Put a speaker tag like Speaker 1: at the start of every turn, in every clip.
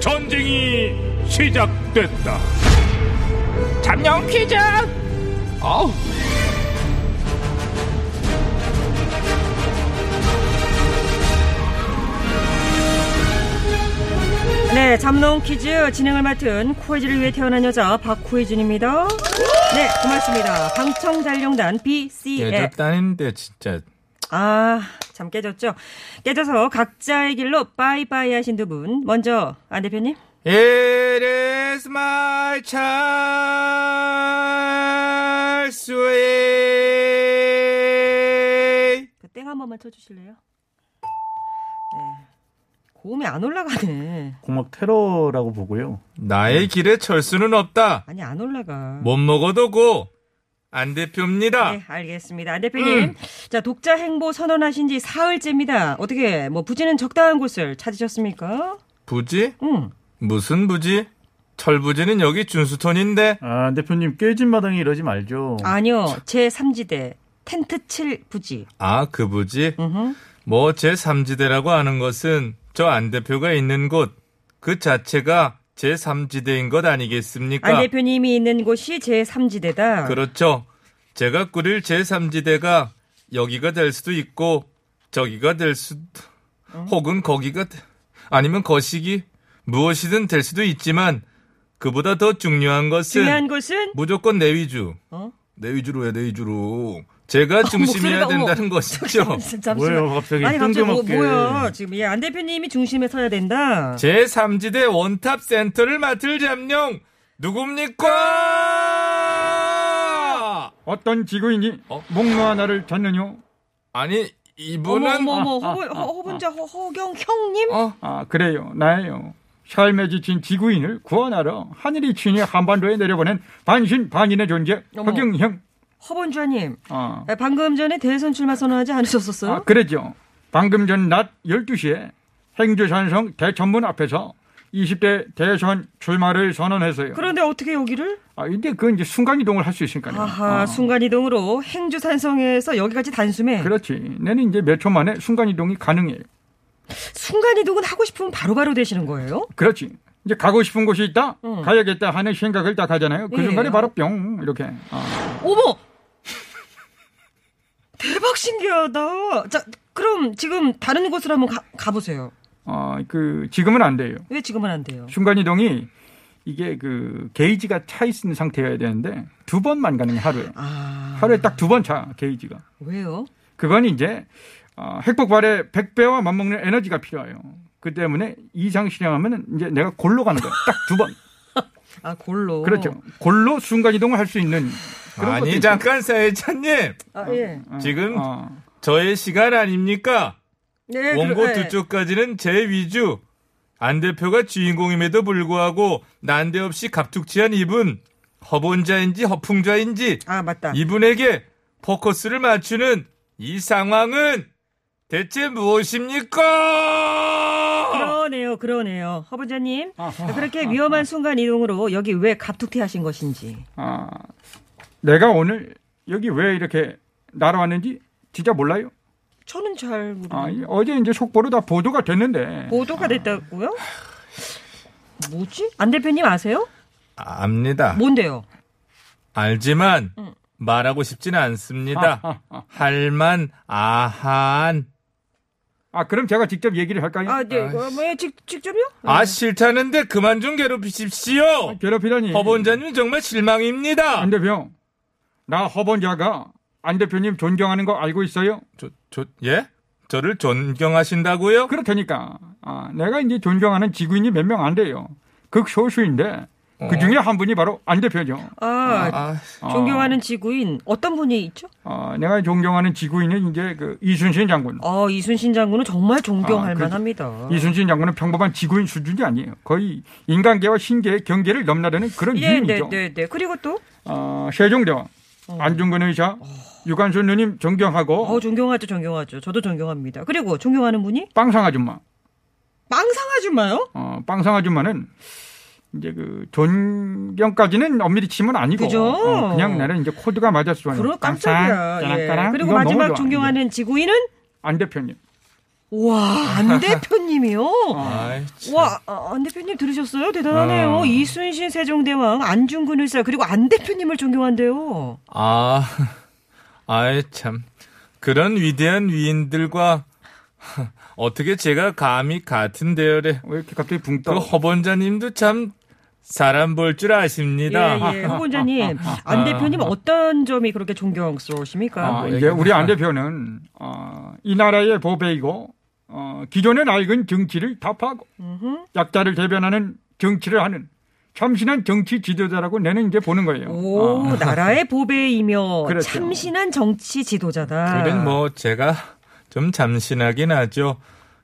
Speaker 1: 전쟁이 시작됐다. 잠룡 퀴즈! 아우.
Speaker 2: 네, 잠농 퀴즈 진행을 맡은 코이즈를 위해 태어난 여자 박코이준입니다. 네, 고맙습니다. 방청잘룡단 BCF
Speaker 3: 깨졌다는데 예, 진짜
Speaker 2: 아, 참 깨졌죠. 깨져서 각자의 길로 빠이빠이 하신 두 분 먼저 안 대표님
Speaker 3: It is my child sweet
Speaker 2: 그 땡 한 번만 쳐주실래요? 네. 고음이 안 올라가네.
Speaker 4: 공학 테러라고 보고요.
Speaker 3: 나의 길에 철수는 없다
Speaker 2: 아니 안 올라가.
Speaker 3: 못 먹어도 고안 대표입니다
Speaker 2: 네, 알겠습니다. 안
Speaker 3: 음.
Speaker 2: 대표님. 자, 독자 행보 선언하신 지 사흘째입니다. 어떻게, 뭐, 부지는 적당한 곳을 찾으셨습니까? 음,
Speaker 3: 부지?
Speaker 2: 응.
Speaker 3: 무슨 부지? 철부지는 여기 준수톤인데
Speaker 4: 아, 안 대표님 깨진 마당에 이러지 말죠.
Speaker 2: 아니요. 제 3지대. 텐트 칠 부지.
Speaker 3: 아 그 부지?
Speaker 2: 으흠.
Speaker 3: 뭐 제3지대라고 하는 것은 저 안 대표가 있는 곳 그 자체가 제3지대인 것 아니겠습니까?
Speaker 2: 안 대표님이 있는 곳이 제 3지대다.
Speaker 3: 그러니까 그렇죠. 제가 꾸릴 제3지대가 여기가 될 수도 있고 저기가 될 수도
Speaker 2: 어?
Speaker 3: 혹은 거기가 되- 아니면 거시기 무엇이든 될 수도 있지만 그보다 더 중요한 것은
Speaker 2: 중요한 곳은?
Speaker 3: 무조건 내 위주.
Speaker 2: 어?
Speaker 3: 내 위주로 해, 내 위주로. 제가 중심이어야
Speaker 2: 목소리가 어머.
Speaker 3: 된다는 것이죠.
Speaker 2: 잠시만.
Speaker 4: 뭐예요, 갑자기
Speaker 2: 아니, 갑자기 뭐,
Speaker 4: 뜬금없게.
Speaker 2: 뭐야. 지금, 예, 안 대표님이 중심에 서야 된다.
Speaker 3: 제3지대 원탑 센터를 맡을 잠룡 누굽니까?
Speaker 5: 어떤 지구인이 목로 하나를 쳤느뇨?
Speaker 3: 아니
Speaker 2: 어머,
Speaker 3: 이분은 아,
Speaker 2: 어머, 어머. 허, 허, 분자 허, 허경 형님?
Speaker 3: 어
Speaker 5: 아 그래요 나예요. 삶에 지친 지구인을 구원하러 하늘이 친히 한반도에 내려보낸 반신반인의 존재
Speaker 2: 어머.
Speaker 5: 허경형.
Speaker 2: 허본주아님.
Speaker 5: 아,
Speaker 2: 아, 방금 전에 대선 출마 선언하지 않으셨었어요?
Speaker 5: 아 그러죠. 방금 전 낮 12시에 행주산성 대천문 앞에서 20대 대선 출마를 선언해서요.
Speaker 2: 그런데 어떻게 여기를?
Speaker 5: 아 근데 그건 이제 순간 이동을 할 수 있으니까요.
Speaker 2: 아하,
Speaker 5: 아,
Speaker 2: 순간이동으로 행주산성에서 여기까지 단숨에.
Speaker 5: 그렇지. 내는 이제 몇 초 만에 순간 이동이 가능해요.
Speaker 2: 순간이동은 하고 싶으면 바로바로 되시는 거예요?
Speaker 5: 그렇지. 이제 가고 싶은 곳이 있다?
Speaker 2: 응.
Speaker 5: 가야겠다 하는 생각을 딱 하잖아요. 그
Speaker 2: 예.
Speaker 5: 순간에 바로 뿅! 이렇게. 아.
Speaker 2: 어머! 대박 신기하다. 자, 그럼 지금 다른 곳으로 한번 가, 가보세요.
Speaker 5: 어, 그, 지금은 안 돼요.
Speaker 2: 왜 지금은 안 돼요?
Speaker 5: 순간이동이 이게 그 게이지가 차 있는 상태여야 되는데 두 번만 가능해, 하루에.
Speaker 2: 아,
Speaker 5: 하루에 딱 두 번 차, 게이지가.
Speaker 2: 왜요?
Speaker 5: 그건 이제 어, 핵폭 발의 100배와 맞먹는 에너지가 필요해요. 그 때문에 이상 실행하면 이제 내가 골로 가는 거야. 딱 두 번.
Speaker 2: 아, 골로.
Speaker 5: 그렇죠. 골로 순간이동을 할 수 있는 그런 것도
Speaker 3: 아니
Speaker 5: 있어요.
Speaker 3: 잠깐 사회자님
Speaker 2: 아, 예.
Speaker 5: 어,
Speaker 3: 지금
Speaker 5: 어.
Speaker 3: 저의 시간 아닙니까?
Speaker 2: 네,
Speaker 3: 원고
Speaker 2: 그러- 예.
Speaker 3: 두 쪽까지는 제 위주. 안 대표가 주인공임에도 불구하고 난데없이 갑툭튀한 이분 허본자인지 허풍자인지
Speaker 2: 아, 맞다.
Speaker 3: 이분에게 포커스를 맞추는 이 상황은 대체 무엇입니까?
Speaker 2: 그러네요, 그러네요. 허부자님, 그렇게 위험한 순간 이동으로 여기 왜 갑툭튀하신 것인지.
Speaker 5: 아, 내가 오늘 여기 왜 이렇게 날아왔는지 진짜 몰라요.
Speaker 2: 저는 잘 모르.
Speaker 5: 아, 이- 어제 이제 속보로 다 보도가 됐는데.
Speaker 2: 보도가 됐다고요? 뭐지? 안 대표님 아세요?
Speaker 3: 압니다.
Speaker 2: 뭔데요?
Speaker 3: 알지만
Speaker 5: 음.
Speaker 3: 말하고 싶진 않습니다.
Speaker 5: 아, 아.
Speaker 3: 할만 아한
Speaker 5: 아, 그럼 제가 직접 얘기를 할까요?
Speaker 2: 아, 네, 어, 뭐, 직, 직접요?
Speaker 3: 아 싫다는데 그만 좀
Speaker 2: 아,
Speaker 3: 괴롭히십시오.
Speaker 2: 네.
Speaker 5: 괴롭히다니.
Speaker 3: 허본자님 정말 실망입니다.
Speaker 5: 안 대표. 나 허번자가 안 대표님 존경하는 거 알고 있어요?
Speaker 3: 저, 저, 예? 저를 존경하신다고요?
Speaker 2: 그-
Speaker 5: 그렇다니까. 아, 내가 이제 존경하는 지구인이 몇 명 안 돼요. 극소수인데
Speaker 3: 어.
Speaker 5: 그 중에 한 분이 바로 안 대표죠.
Speaker 2: 아,
Speaker 3: 아,
Speaker 5: 어,
Speaker 2: 존경하는 지구인 어떤 분이 있죠?
Speaker 5: 어, 내가 존경하는 지구인은 이제 그 이순신 장군.
Speaker 2: 어, 이순신 장군은 정말 존경할
Speaker 5: 아, 그죠.
Speaker 2: 만합니다.
Speaker 5: 이순신 장군은 평범한 지구인 수준이 아니에요. 거의 인간계와 신계의 경계를 넘나드는 그런
Speaker 2: 예, 네,
Speaker 5: 유인이죠.
Speaker 2: 네, 네. 그리고 또
Speaker 5: 어, 세종대왕, 안중근 의사, 유관순 누님 존경하고
Speaker 2: 어, 존경하죠, 존경하죠. 저도 존경합니다. 그리고 존경하는 분이
Speaker 5: 빵상 아줌마.
Speaker 2: 망상 아줌마요?
Speaker 5: 어, 빵상 아줌마는 이제 그 존경까지는 엄밀히 치면 아니고
Speaker 2: 그죠?
Speaker 5: 어, 그냥 나는 이제 코드가 맞았어.
Speaker 2: 그럼 깜짝이야.
Speaker 5: 빵상,
Speaker 2: 예.
Speaker 5: 까랑까랑.
Speaker 2: 그리고
Speaker 5: 이거 너무 예.
Speaker 2: 마지막
Speaker 5: 좋아.
Speaker 2: 존경하는 지구인은
Speaker 5: 안 대표님.
Speaker 2: 와, 안 대표님이요.
Speaker 5: 어.
Speaker 3: 아이, 참.
Speaker 2: 와, 아, 안 대표님 들으셨어요? 대단하네요.
Speaker 3: 어.
Speaker 2: 이순신 세종대왕, 안중근 의사, 그리고 안 대표님을 존경한대요.
Speaker 3: 아, 아이 참 그런 위대한 위인들과 어떻게 제가 감히 같은 대열에
Speaker 5: 왜 이렇게 갑자기 붕
Speaker 3: 그
Speaker 2: 어.
Speaker 5: 떠?
Speaker 3: 허번자님도 참 사람 볼 줄 아십니다.
Speaker 2: 예, 예. 후보자님, 안 대표님 어떤 점이 그렇게 존경스러우십니까?
Speaker 5: 아, 이제 우리 안 대표는 어, 이 나라의 보배이고 어, 기존의 낡은 정치를 타파하고 약자를 대변하는 정치를 하는 참신한 정치 지도자라고 내는 이제 보는 거예요.
Speaker 2: 오, 나라의 보배이며
Speaker 5: 아. 그렇죠.
Speaker 2: 참신한 정치 지도자다.
Speaker 5: 아.
Speaker 3: 그래 뭐 제가 좀 잠신하긴 하죠.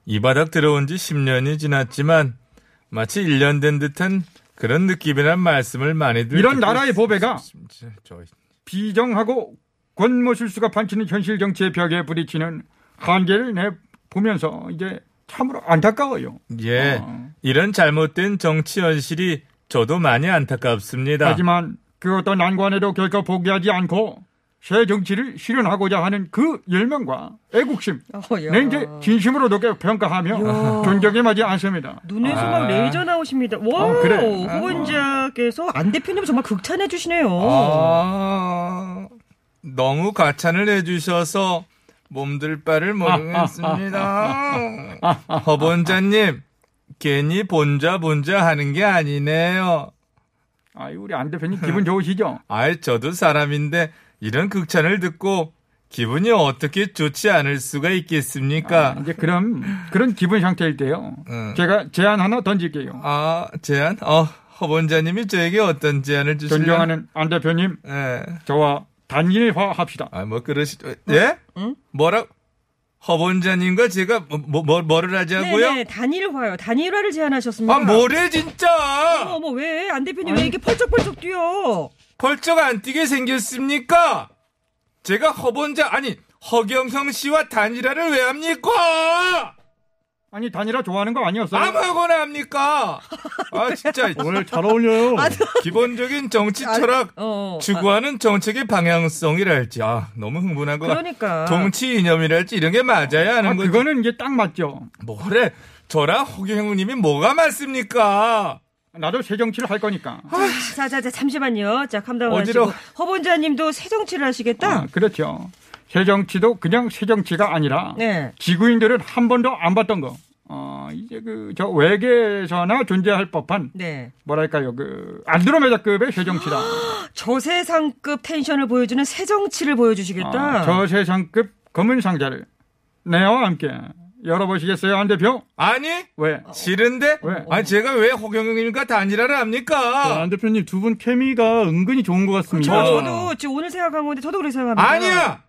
Speaker 3: 이 바닥 들어온 지 10년이 지났지만 마치 1년 된 듯한 그런 느낌이란 말씀을 많이들
Speaker 5: 이런
Speaker 3: 듣고
Speaker 5: 나라의 보배가
Speaker 3: 있습니다. 저-
Speaker 5: 비정하고 권모술수가 판치는 현실 정치의 벽에 부딪히는 한계를 내 보면서 이제 참으로 안타까워요.
Speaker 3: 예,
Speaker 5: 어.
Speaker 3: 이런 잘못된 정치 현실이 저도 많이 안타깝습니다.
Speaker 5: 하지만 그 어떤 난관에도 결코 포기하지 않고 새 정치를 실현하고자 하는 그 열망과 애국심
Speaker 2: 어허야.
Speaker 5: 네, 이제 진심으로 높게 평가하며 존경에 마지 않습니다.
Speaker 2: 눈에서 막
Speaker 3: 아.
Speaker 2: 레이저 나오십니다. 와,
Speaker 5: 어, 그래. 아.
Speaker 2: 후원자께서 안 대표님 정말 극찬해 주시네요.
Speaker 3: 아, 너무 과찬을 해주셔서 몸둘 바를 모르겠습니다. 허본자님, 괜히 본자 본자 하는 게 아니네요.
Speaker 5: 아, 우리 안 대표님
Speaker 2: 네.
Speaker 5: 기분 좋으시죠?
Speaker 3: 아이, 저도 사람인데 이런 극찬을 듣고 기분이 어떻게 좋지 않을 수가
Speaker 5: 아,
Speaker 3: 있겠습니까?
Speaker 5: 이제 그럼 그런 기분 상태일 때요. 제가 제안 하나 던질게요.
Speaker 3: 아, 제안? 어, 허본자님이 저에게 어떤 제안을 주시면
Speaker 5: 존경하는 안 대표님,
Speaker 3: 예.
Speaker 5: 저와 단일화 합시다.
Speaker 3: 아, 뭐 그러시죠. 예? 뭐라? 허본자님과 제가 뭐, 뭐, 뭐- 뭐를
Speaker 5: 아,
Speaker 3: 하자고요?
Speaker 2: 네네, 단일화요. 단일화를 제안하셨습니다.
Speaker 3: 아,
Speaker 5: 네.
Speaker 3: 뭐래
Speaker 2: 어머,
Speaker 3: 진짜!
Speaker 2: 어머, 왜? 안 대표님 왜 이렇게 펄쩍펄쩍 뛰어?
Speaker 3: 벌쩍 안 뛰게 생겼습니까? 제가 허본자 아니 허경성 씨와 단일화를 왜 합니까?
Speaker 5: 아니 단일화 좋아하는 거 아니었어요?
Speaker 3: 아무거나 합니까? 아 진짜
Speaker 6: 오늘 잘 어울려요.
Speaker 5: 아,
Speaker 3: 기본적인 정치 철학
Speaker 2: 어.
Speaker 3: 추구하는 정책의 방향성이랄지 아 너무 흥분한 것 같아.
Speaker 2: 그러니까.
Speaker 3: 정치 이념이랄지 이런 게 맞아야 하는
Speaker 5: 아,
Speaker 3: 거지.
Speaker 5: 그거는 이제 딱 맞죠.
Speaker 3: 뭐래? 저랑 허경영님이 뭐가 맞습니까?
Speaker 5: 나도 새 정치를 할 거니까.
Speaker 2: 자, 자, 자, 잠시만요. 자, 감당하시고.
Speaker 3: 어지러워.
Speaker 2: 허본자님도 새 정치를 하시겠다?
Speaker 5: 아, 그렇죠. 새 정치도 그냥 새 정치가 아니라
Speaker 2: 네.
Speaker 5: 지구인들은 한 번도 안 봤던 거. 어, 이제 그 저 외계에서나 존재할 법한
Speaker 2: 네.
Speaker 5: 뭐랄까요 그 안드로메다급의 새 정치다.
Speaker 2: 저세상급 텐션을 보여주는 새 정치를 보여주시겠다.
Speaker 5: 아, 저 세상급 검은 상자를 내와 함께 열어보시겠어요 안 대표?
Speaker 3: 아니
Speaker 5: 왜?
Speaker 2: 어.
Speaker 3: 싫은데?
Speaker 5: 왜?
Speaker 3: 아니 제가 왜 허경영님과 단일화를
Speaker 6: 자,
Speaker 3: 합니까?
Speaker 6: 안 대표님 두 분 케미가 은근히 좋은 것
Speaker 2: 저,
Speaker 6: 같습니다.
Speaker 2: 저도 지금 오늘 생각한 건데 저도 그렇게 생각합니다.
Speaker 3: 아니야.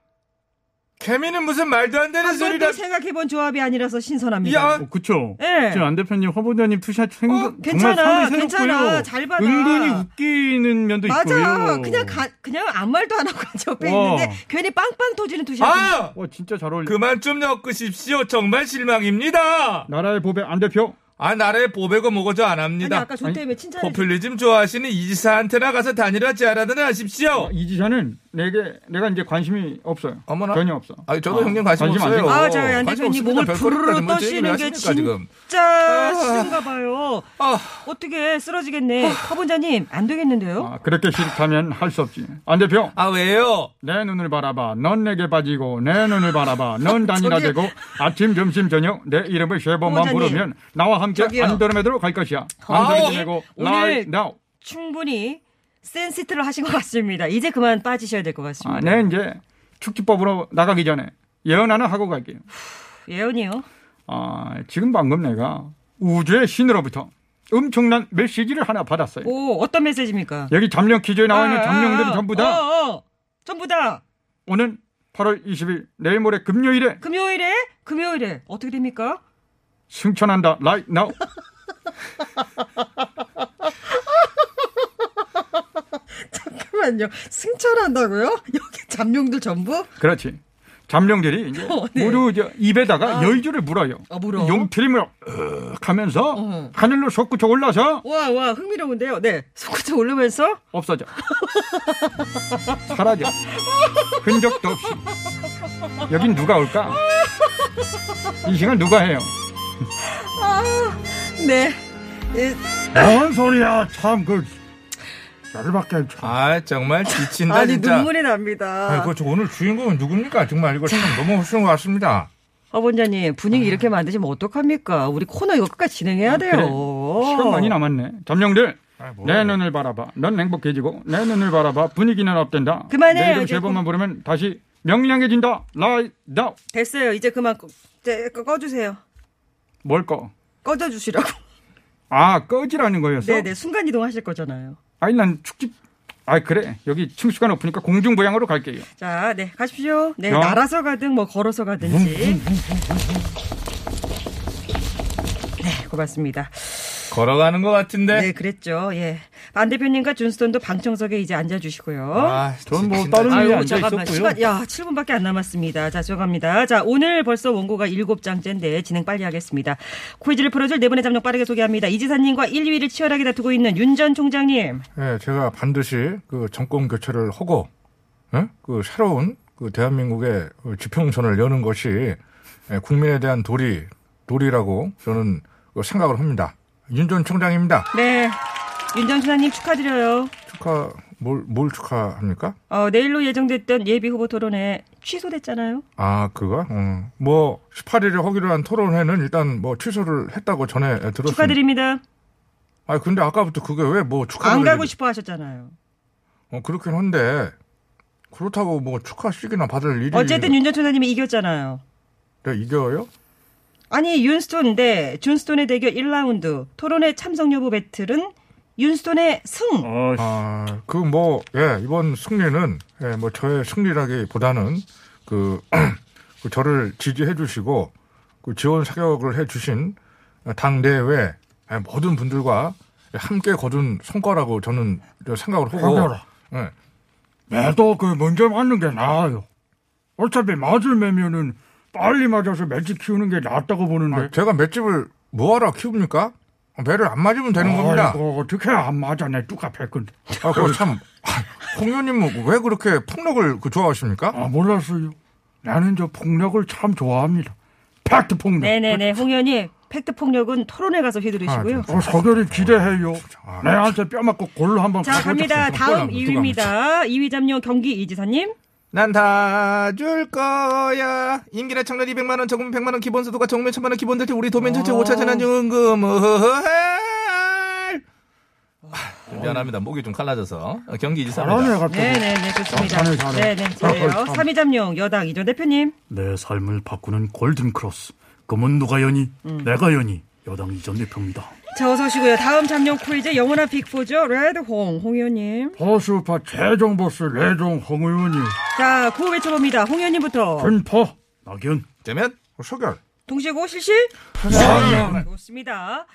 Speaker 3: 케미는 무슨 말도 안 되는
Speaker 2: 한
Speaker 3: 소리라.
Speaker 2: 번도 생각해본 조합이 아니라서 신선합니다.
Speaker 3: 야,
Speaker 6: 어, 그쵸?
Speaker 2: 예.
Speaker 6: 지금 안 대표님, 허보자님 투샷 생,
Speaker 3: 어,
Speaker 2: 괜찮아,
Speaker 6: 정말 상당히
Speaker 2: 괜찮아.
Speaker 6: 새롭고요.
Speaker 2: 잘 받아.
Speaker 6: 은근히 웃기는 면도
Speaker 2: 맞아.
Speaker 6: 있고요.
Speaker 2: 그냥 가, 그냥 아무 말도 안 하고 같이 옆에
Speaker 6: 와.
Speaker 2: 있는데 괜히 빵빵 터지는 투샷.
Speaker 3: 아
Speaker 6: 와, 진짜 잘 어울려.
Speaker 3: 그만 좀 엮으십시오. 정말 실망입니다.
Speaker 5: 나라의 보배 안 대표?
Speaker 3: 아 나라의 보배고 뭐고저 안
Speaker 2: 아니
Speaker 3: 합니다.
Speaker 2: 아까 존 때문에 칭찬해. 주-
Speaker 3: 포퓰리즘 좋아하시는 이지사한테나 가서 단일화 제안하더나
Speaker 6: 어.
Speaker 3: 하십시오.
Speaker 5: 이 지사는 내게 내가 이제 관심이 없어요.
Speaker 3: 어머나.
Speaker 5: 전혀 없어.
Speaker 3: 아 저도
Speaker 5: 어,
Speaker 3: 형님 관심,
Speaker 5: 관심 안
Speaker 3: 없어요.
Speaker 2: 아, 저안
Speaker 3: 관심
Speaker 2: 대표님
Speaker 3: 없습니다.
Speaker 2: 몸을
Speaker 3: 별 소리를
Speaker 2: 부르르
Speaker 3: 하는 거지.
Speaker 2: 떠시는 게
Speaker 3: 왜 하십니까, 지금.
Speaker 2: 진짜 싫은가 봐요.
Speaker 3: 아,
Speaker 2: 어떻게 쓰러지겠네. 허본자님 안 되겠는데요?
Speaker 5: 아, 그렇게 싫다면 할 수 없지. 안 대표,
Speaker 3: 아 왜요?
Speaker 5: 내 눈을 바라봐. 넌 내게 빠지고, 내 눈을 바라봐. 넌 단일화 되고, 아침, 점심, 저녁, 내 이름을 세 번만
Speaker 2: 부모자님.
Speaker 5: 부르면, 나와 함께
Speaker 2: 저기요.
Speaker 5: 안드로메드로 갈 것이야.
Speaker 3: 아우,
Speaker 5: 방송이 되고,
Speaker 2: 오늘-
Speaker 5: right now.
Speaker 2: 충분히 센시트를 하신 것 같습니다. 이제 그만 빠지셔야 될 것 같습니다.
Speaker 5: 아, 내 이제 축지법으로 나가기 전에 예언 하나 하고 갈게요.
Speaker 3: 아.
Speaker 2: 예언이요.
Speaker 5: 아, 지금 방금 내가 우주의 신으로부터 엄청난 메시지를 하나 받았어요.
Speaker 7: 오, 어떤 메시지입니까?
Speaker 3: 예,
Speaker 5: 여기 잠룡 퀴즈에 나와 있는
Speaker 7: 아,
Speaker 5: 잠룡들은
Speaker 7: 아,
Speaker 5: 전부 다
Speaker 7: 어, 어. 전부 다.
Speaker 5: 오는 8월 20일 내일 모레 금요일에
Speaker 7: 금요일에? 금요일에. 어떻게 됩니까?
Speaker 5: 승천한다. 라이트 나우.
Speaker 2: 잠깐만요. 승천한다고요? 여기 잠룡들 전부?
Speaker 5: 그렇지. 잠룡들이 이제
Speaker 2: 어, 네.
Speaker 5: 모두 저 입에다가 여의주를 물어요.
Speaker 2: 아, 물어.
Speaker 5: 용트림을 어, 하면서
Speaker 2: 어.
Speaker 5: 하늘로 솟구쳐 올라서
Speaker 2: 와, 와, 흥미로운데요. 네.
Speaker 7: 속구쳐 올르면서
Speaker 5: 없어져. 사라져. 흔적도 없이. 여긴 누가 올까? 이 시간 누가 해요?
Speaker 2: 네. 예,
Speaker 4: 뭔 소리야 참그 열받게 참.
Speaker 3: 아 정말 지친다
Speaker 2: 아니,
Speaker 3: 진짜.
Speaker 2: 눈물이 납니다.
Speaker 3: 아이고 저 오늘 주인공은 누굽니까? 정말 이거 참 너무 훌륭한 것 같습니다.
Speaker 7: 허본자님
Speaker 5: 아.
Speaker 7: 분위기 이렇게 만드시면 어떡합니까? 우리 코너 이거 끝까지 진행해야 돼요.
Speaker 5: 시간 많이 남았네. 잠룡들,
Speaker 3: 아, 뭐.
Speaker 5: 내 눈을 바라봐. 넌 행복해지고, 내 눈을 바라봐. 분위기는 업된다.
Speaker 7: 그만해요,
Speaker 5: 내일도
Speaker 7: 이제
Speaker 5: 제보만 부르면 다시 명량해진다. 라이, 다우.
Speaker 2: 됐어요. 이제 그만 꺼, 이제 꺼- 꺼주세요.
Speaker 5: 뭘 꺼?
Speaker 2: 꺼져 주시라고.
Speaker 5: 아, 꺼지라는 거였어?
Speaker 2: 네, 네. 순간 이동하실 거잖아요.
Speaker 5: 아니, 난 축집. 아, 그래. 여기 층수가 높으니까 공중부양으로 갈게요.
Speaker 2: 자, 네. 가십시오. 네.
Speaker 5: 어? 음,
Speaker 2: 날아서 가든 뭐 걸어서 가든지. 네, 고맙습니다.
Speaker 3: 걸어가는 것 같은데.
Speaker 2: 네, 그랬죠. 예. 반 대표님과 준스톤도 방청석에 이제 앉아 주시고요.
Speaker 3: 아,
Speaker 4: 전뭐
Speaker 3: 지친다,
Speaker 4: 다른
Speaker 3: 진짜.
Speaker 4: 일이
Speaker 2: 아유,
Speaker 4: 앉아
Speaker 2: 잠깐만.
Speaker 4: 있었고요.
Speaker 2: 시간, 야, 7분밖에 안 남았습니다. 자, 죄송합니다. 자, 오늘 벌써 원고가 7장째인데 진행 빨리 하겠습니다. 퀴즈를 풀어줄 네 분의 잠룡 빠르게 소개합니다. 이지사님과 1, 2위를 치열하게 다투고 있는 윤 전 총장님.
Speaker 3: 예, 제가 반드시 그 정권 교체를 하고 예? 그 새로운 그 대한민국의 그 지평선을 여는 것이 예, 국민에 대한 도리 도리라고 저는 그 생각을 합니다. 윤 전 총장입니다.
Speaker 2: 네. 윤 전 총장님 축하드려요.
Speaker 3: 축하 뭘, 뭘 축하합니까?
Speaker 2: 어, 내일로 예정됐던 예비 후보 토론회 취소됐잖아요.
Speaker 3: 아 그거 음. 뭐 18일에 하기로 한 토론회는 일단 뭐 취소를 했다고 전에 들었습니다.
Speaker 2: 축하드립니다.
Speaker 3: 아 근데 아까부터 그게 왜 뭐 축하
Speaker 2: 안 가고 싶어 하셨잖아요.
Speaker 3: 어, 그렇긴 한데 그렇다고 뭐 축하식이나 받을 일이
Speaker 2: 어쨌든 윤 전 총장님이 이겼잖아요.
Speaker 3: 내가 이겨요?
Speaker 2: 아니, 윤스톤 대 준스톤의 대결 1라운드 토론회 참석 여부 배틀은 윤스톤의 승.
Speaker 4: 어,
Speaker 3: 아, 그 뭐 예, 이번 승리는 예, 뭐 저의 승리라기보다는 그, 그 저를 지지해 주시고 그 지원 사격을 해 주신 당 내외 예, 모든 분들과 함께 거둔 성과라고 저는 저 생각을 하고
Speaker 4: 성과라.
Speaker 3: 예.
Speaker 4: 매도 그 먼저 맞는 게 나아요. 어차피 맞을 매면은 빨리 맞아서 맷집 키우는 게 낫다고 보는데.
Speaker 3: 아, 제가 맷집을 뭐하러 키웁니까? 배를 안 맞으면 되는 겁니다.
Speaker 4: 아이고, 어떻게 안 맞아 내 뚜까패 건데.
Speaker 3: 아, 그거 참. 홍현님은 뭐, 왜 그렇게 폭력을 그 좋아하십니까?
Speaker 4: 아 몰랐어요. 나는 저 폭력을 참 좋아합니다. 팩트 폭력.
Speaker 2: 네네네 홍현이 팩트 폭력은 토론회 가서 휘두르시고요.
Speaker 4: 어, 서결이 기대해요. 내한테 뼈 맞고 골로 한번
Speaker 2: 자 갑니다. 다음
Speaker 3: 누가
Speaker 2: 2위입니다. 2위 잠룡 경기 이지사님.
Speaker 3: 난 다 줄 거야. 임기나 청년 200만 원, 저금 100만 원, 기본소득과 정면 1000만 원, 기본대출 우리 도면 전체 5차 재난지원금. 어, 아, 미안합니다. 목이 좀 칼라져서 어, 경기
Speaker 4: 잘하네
Speaker 3: 이사입니다.
Speaker 4: 갑자기.
Speaker 2: 네네네 좋습니다.
Speaker 4: 잘해, 잘해.
Speaker 2: 네네 잘해요. 3위 잠룡 여당 이전 대표님.
Speaker 8: 내 삶을 바꾸는 골든 크로스. 금은 누가 연이?
Speaker 2: 음.
Speaker 8: 내가 연이. 여당 이전 대표입니다.
Speaker 2: 자 어서 오시고요. 다음 잠룡 퀴즈 영원한 빅포죠. 레드홍 홍현님.
Speaker 4: 보수파 재정보스 레종 홍 의원이
Speaker 2: 자 구호 외쳐봅니다. 홍현님부터
Speaker 4: 분포
Speaker 8: 낙연.
Speaker 3: 되면 소결.
Speaker 2: 동시에 고 실시. 아, 좋습니다.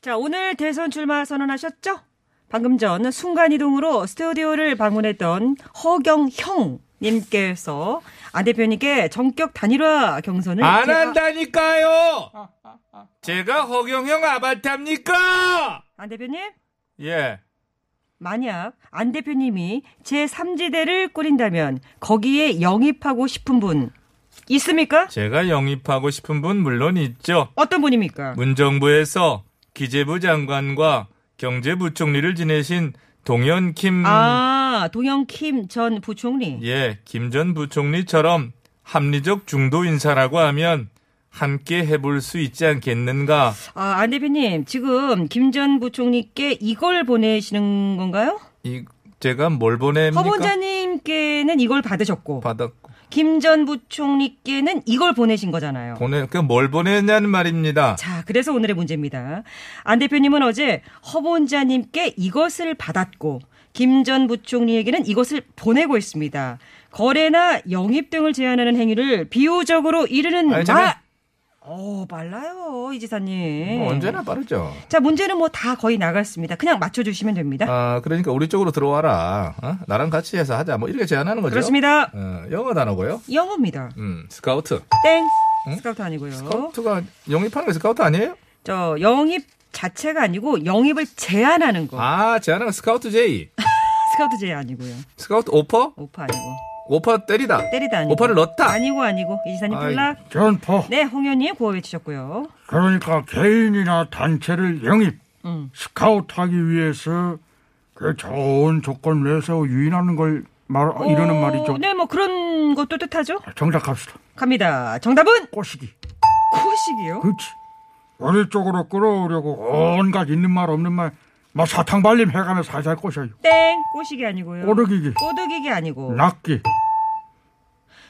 Speaker 2: 자 오늘 대선 출마 선언하셨죠? 방금 전 순간 이동으로 스튜디오를 방문했던 허경형. 님께서 안 대표님께 정격 단일화
Speaker 4: 네,
Speaker 2: 경선을
Speaker 3: 안
Speaker 2: 제가-
Speaker 3: 한다니까요.
Speaker 4: 아,
Speaker 3: 제가 허경영 아바타입니까?
Speaker 2: 안 대표님
Speaker 3: 예.
Speaker 2: 만약 안 대표님이 제 3지대를 꾸린다면 거기에 영입하고 싶은 분 있습니까?
Speaker 3: 제가 영입하고 싶은 분 물론 있죠.
Speaker 2: 어떤 분입니까?
Speaker 3: 뭐, 문정부에서 기재부 장관과 경제부총리를 지내신 동연 킴,
Speaker 2: 아 동영킴 전 부총리
Speaker 3: 예, 김 전 부총리처럼 합리적 중도 인사라고 하면 함께 해볼 수 있지 않겠는가.
Speaker 2: 아, 안 대표님 지금 김 전 부총리께 이걸 보내시는 건가요?
Speaker 3: 이, 제가 뭘 보냅니까?
Speaker 2: 허본자님께는 이걸 받으셨고
Speaker 3: 받았고.
Speaker 2: 김 전 부총리께는 이걸 보내신 거잖아요.
Speaker 9: 보내 그뭘 보냈냐는 말입니다.
Speaker 2: 자, 그래서 오늘의 문제입니다. 안 대표님은 어제 허본자님께 이것을 받았고 김 전 부총리에게는 이것을 보내고 있습니다. 거래나 영입 등을 제한하는 행위를 비유적으로 이르는
Speaker 9: 아니,
Speaker 2: 말.
Speaker 9: 잠깐.
Speaker 2: 어, 빨라요, 이 지사님.
Speaker 3: 뭐
Speaker 9: 뭐 언제나 빠르죠.
Speaker 2: 자, 문제는 뭐 다 거의 나갔습니다. 그냥 맞춰주시면 됩니다.
Speaker 9: 아 그러니까 우리 쪽으로 들어와라. 어? 나랑 같이 해서 하자. 뭐 이렇게 제안하는 거죠.
Speaker 2: 그렇습니다.
Speaker 9: 어, 영어 단어고요.
Speaker 2: 영어입니다.
Speaker 9: 음 스카우트.
Speaker 2: 땡.
Speaker 9: 응?
Speaker 2: 스카우트 아니고요.
Speaker 9: 스카우트가 영입하는 게 스카우트 아니에요?
Speaker 2: 저 영입 자체가 아니고 영입을 제한하는 거.
Speaker 9: 아 제안하는 거 스카우트 제이.
Speaker 2: 스카우트 제 아니고요.
Speaker 9: 스카우트 오퍼?
Speaker 2: 오파 아니고.
Speaker 9: 오퍼 때리다.
Speaker 2: 때리다 아니고.
Speaker 9: 오퍼를 넣다.
Speaker 2: 아니고 아니고. 이 지사님
Speaker 9: 아이.
Speaker 2: 탈락.
Speaker 5: 전파.
Speaker 2: 네, 홍현님 구호 외치셨고요.
Speaker 5: 그러니까 개인이나 단체를 영입,
Speaker 2: 음.
Speaker 5: 스카우트하기 위해서 그 좋은 조건 내에서 유인하는 걸 말, 아, 이러는 말이죠.
Speaker 2: 어, 네, 뭐 그런 것도 뜻하죠.
Speaker 5: 정작합시다.
Speaker 2: 갑니다. 정답은
Speaker 5: 꼬시기.
Speaker 2: 코식이요.
Speaker 5: 그렇지. 우리 쪽으로 끌어오려고 온갖 있는 말 없는 말, 막 사탕 발림 해가며 살살 꼬셔요.
Speaker 2: 땡. 꼬식이 아니고요.
Speaker 5: 꼬르기기,
Speaker 2: 꼬득이기 아니고.
Speaker 5: 낚기,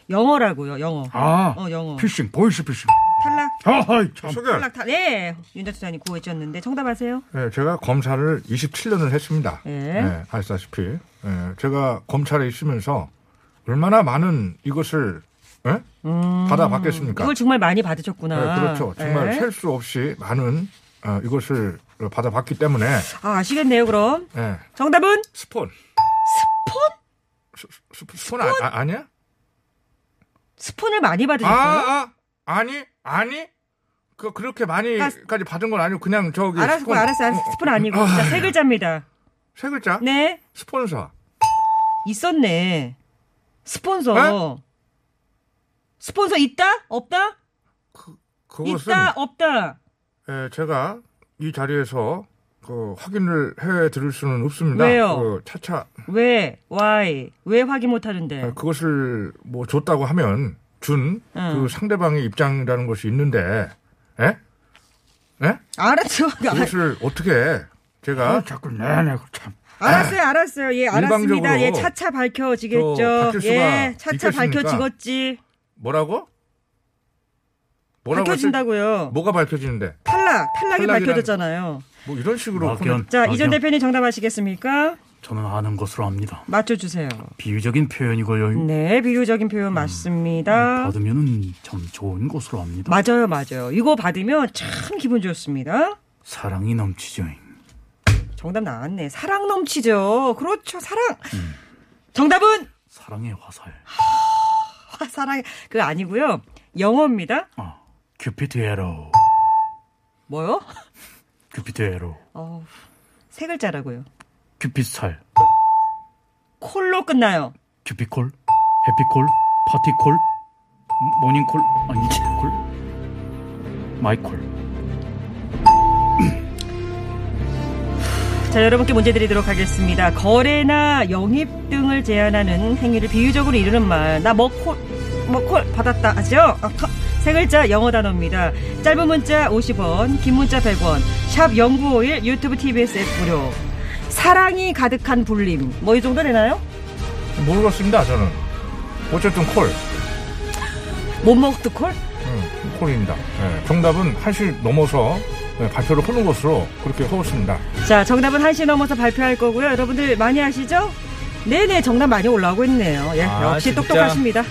Speaker 2: 영어라고요. 영어.
Speaker 5: 아,
Speaker 2: 어, 영어.
Speaker 5: 피싱, 보이스 피싱.
Speaker 2: 탈락.
Speaker 5: 아하이, 참.
Speaker 3: 소결.
Speaker 2: 탈락. 탈. 예. 윤자수장님 구호 외쳤는데 정답하세요.
Speaker 3: 예, 제가 검사를 27년을 했습니다.
Speaker 2: 예.
Speaker 3: 예, 아시다시피 예, 제가 검찰에 있으면서 얼마나 많은 이것을 예? 받아봤겠습니까?
Speaker 2: 음. 이걸 정말 많이
Speaker 3: 예,
Speaker 2: 받으셨구나.
Speaker 3: 그러니까. 그렇죠. 정말
Speaker 2: 예.
Speaker 3: 셀 수 없이 많은 어, 이것을 받아봤기 때문에
Speaker 2: 아, 아시겠네요, 그럼.
Speaker 3: 예,
Speaker 2: 정답은
Speaker 3: 스폰
Speaker 2: 스폰?
Speaker 3: 스, 폰 아, 아, 아니야?
Speaker 2: 스폰을 많이 받으셨어요?
Speaker 3: 아, 아 아니 아니 그 그렇게 많이까지 받은 건 아니고 그냥 저기
Speaker 2: 알았어,
Speaker 3: 스폰-
Speaker 2: 알았어, 알았어.
Speaker 3: 어, 어,
Speaker 2: 스폰 아니고.
Speaker 3: 아,
Speaker 2: 자, 세 글자입니다.
Speaker 3: 세 글자
Speaker 2: 네.
Speaker 3: 스폰서
Speaker 2: 있었네. 스폰서.
Speaker 3: 어?
Speaker 2: 스폰서 있다? 없다?
Speaker 3: 그것은
Speaker 2: 있다? 없다?
Speaker 3: 예, 제가 이 자리에서 그 확인을 해 드릴 수는 없습니다.
Speaker 2: 왜요?
Speaker 3: 그 차차
Speaker 2: 왜? why? 왜 확인 못 하는데?
Speaker 3: 예, 그것을 뭐 줬다고 하면 준 그
Speaker 2: 응.
Speaker 3: 상대방의 입장이라는 것이 있는데, 예? 예?
Speaker 2: 알았죠.
Speaker 3: 그것을
Speaker 2: 아,
Speaker 3: 어떻게 제가
Speaker 5: 아, 자꾸 내내, 참.
Speaker 2: 알았어요, 알았어요. 예, 알았습니다.
Speaker 3: 일방적으로
Speaker 2: 예, 차차
Speaker 3: 또
Speaker 2: 밝혀지겠죠.
Speaker 3: 밝힐 수가
Speaker 2: 예, 차차
Speaker 3: 있겠습니까?
Speaker 2: 밝혀지겠지.
Speaker 3: 뭐라고? 뭐라고 했지?
Speaker 2: 밝혀진다고요.
Speaker 3: 뭐가 밝혀지는데?
Speaker 2: 탈락, 탈락이
Speaker 3: 탈락이라는-
Speaker 2: 밝혀졌잖아요.
Speaker 3: 뭐 이런 식으로
Speaker 8: 막연.
Speaker 2: 자, 이전
Speaker 8: 막연.
Speaker 2: 대표님 정답하시겠습니까?
Speaker 8: 저는 아는 것으로 압니다.
Speaker 2: 맞춰주세요.
Speaker 8: 비유적인 표현이고요.
Speaker 2: 네, 비유적인 표현 맞습니다.
Speaker 8: 음, 받으면은 참 좋은 것으로 압니다.
Speaker 2: 맞아요, 맞아요. 이거 받으면 참 기분 좋습니다.
Speaker 8: 사랑이 넘치죠.
Speaker 2: 정답 나왔네. 사랑 넘치죠. 그렇죠, 사랑. 정답은
Speaker 8: 사랑의 화살.
Speaker 2: 아, 사랑 그 아니고요. 영어입니다.
Speaker 8: 아, 큐피드 에로.
Speaker 2: 뭐요?
Speaker 8: 큐피드 에로.
Speaker 2: 어, 세 글자라고요.
Speaker 8: 큐피드 살.
Speaker 2: 콜로 끝나요.
Speaker 8: 큐피콜. 해피콜. 파티콜. 모닝콜. 아니, 콜. 마이콜.
Speaker 2: 자, 여러분께 문제 드리도록 하겠습니다. 거래나 영입 등을 제한하는 행위를 비유적으로 이르는 말. 나뭐 먹콜, 먹콜 받았다. 아시죠? 아, 커- 세 글자 영어 단어입니다. 짧은 문자 50원, 긴 문자 100원, 샵 0951, 유튜브 TBS 앱 무료. 사랑이 가득한 불림. 뭐 이 정도 되나요?
Speaker 3: 모르겠습니다. 저는 어쨌든 콜
Speaker 2: 못 먹도 콜?
Speaker 3: 음, 콜입니다. 예, 정답은 한시 넘어서 예, 발표를 하는 것으로 그렇게 하였습니다.
Speaker 2: 자, 정답은 1시 넘어서 발표할 거고요. 여러분들 많이 아시죠? 네네, 정답 많이 올라오고 있네요. 예,
Speaker 9: 아,
Speaker 2: 역시
Speaker 9: 진짜.
Speaker 2: 똑똑하십니다.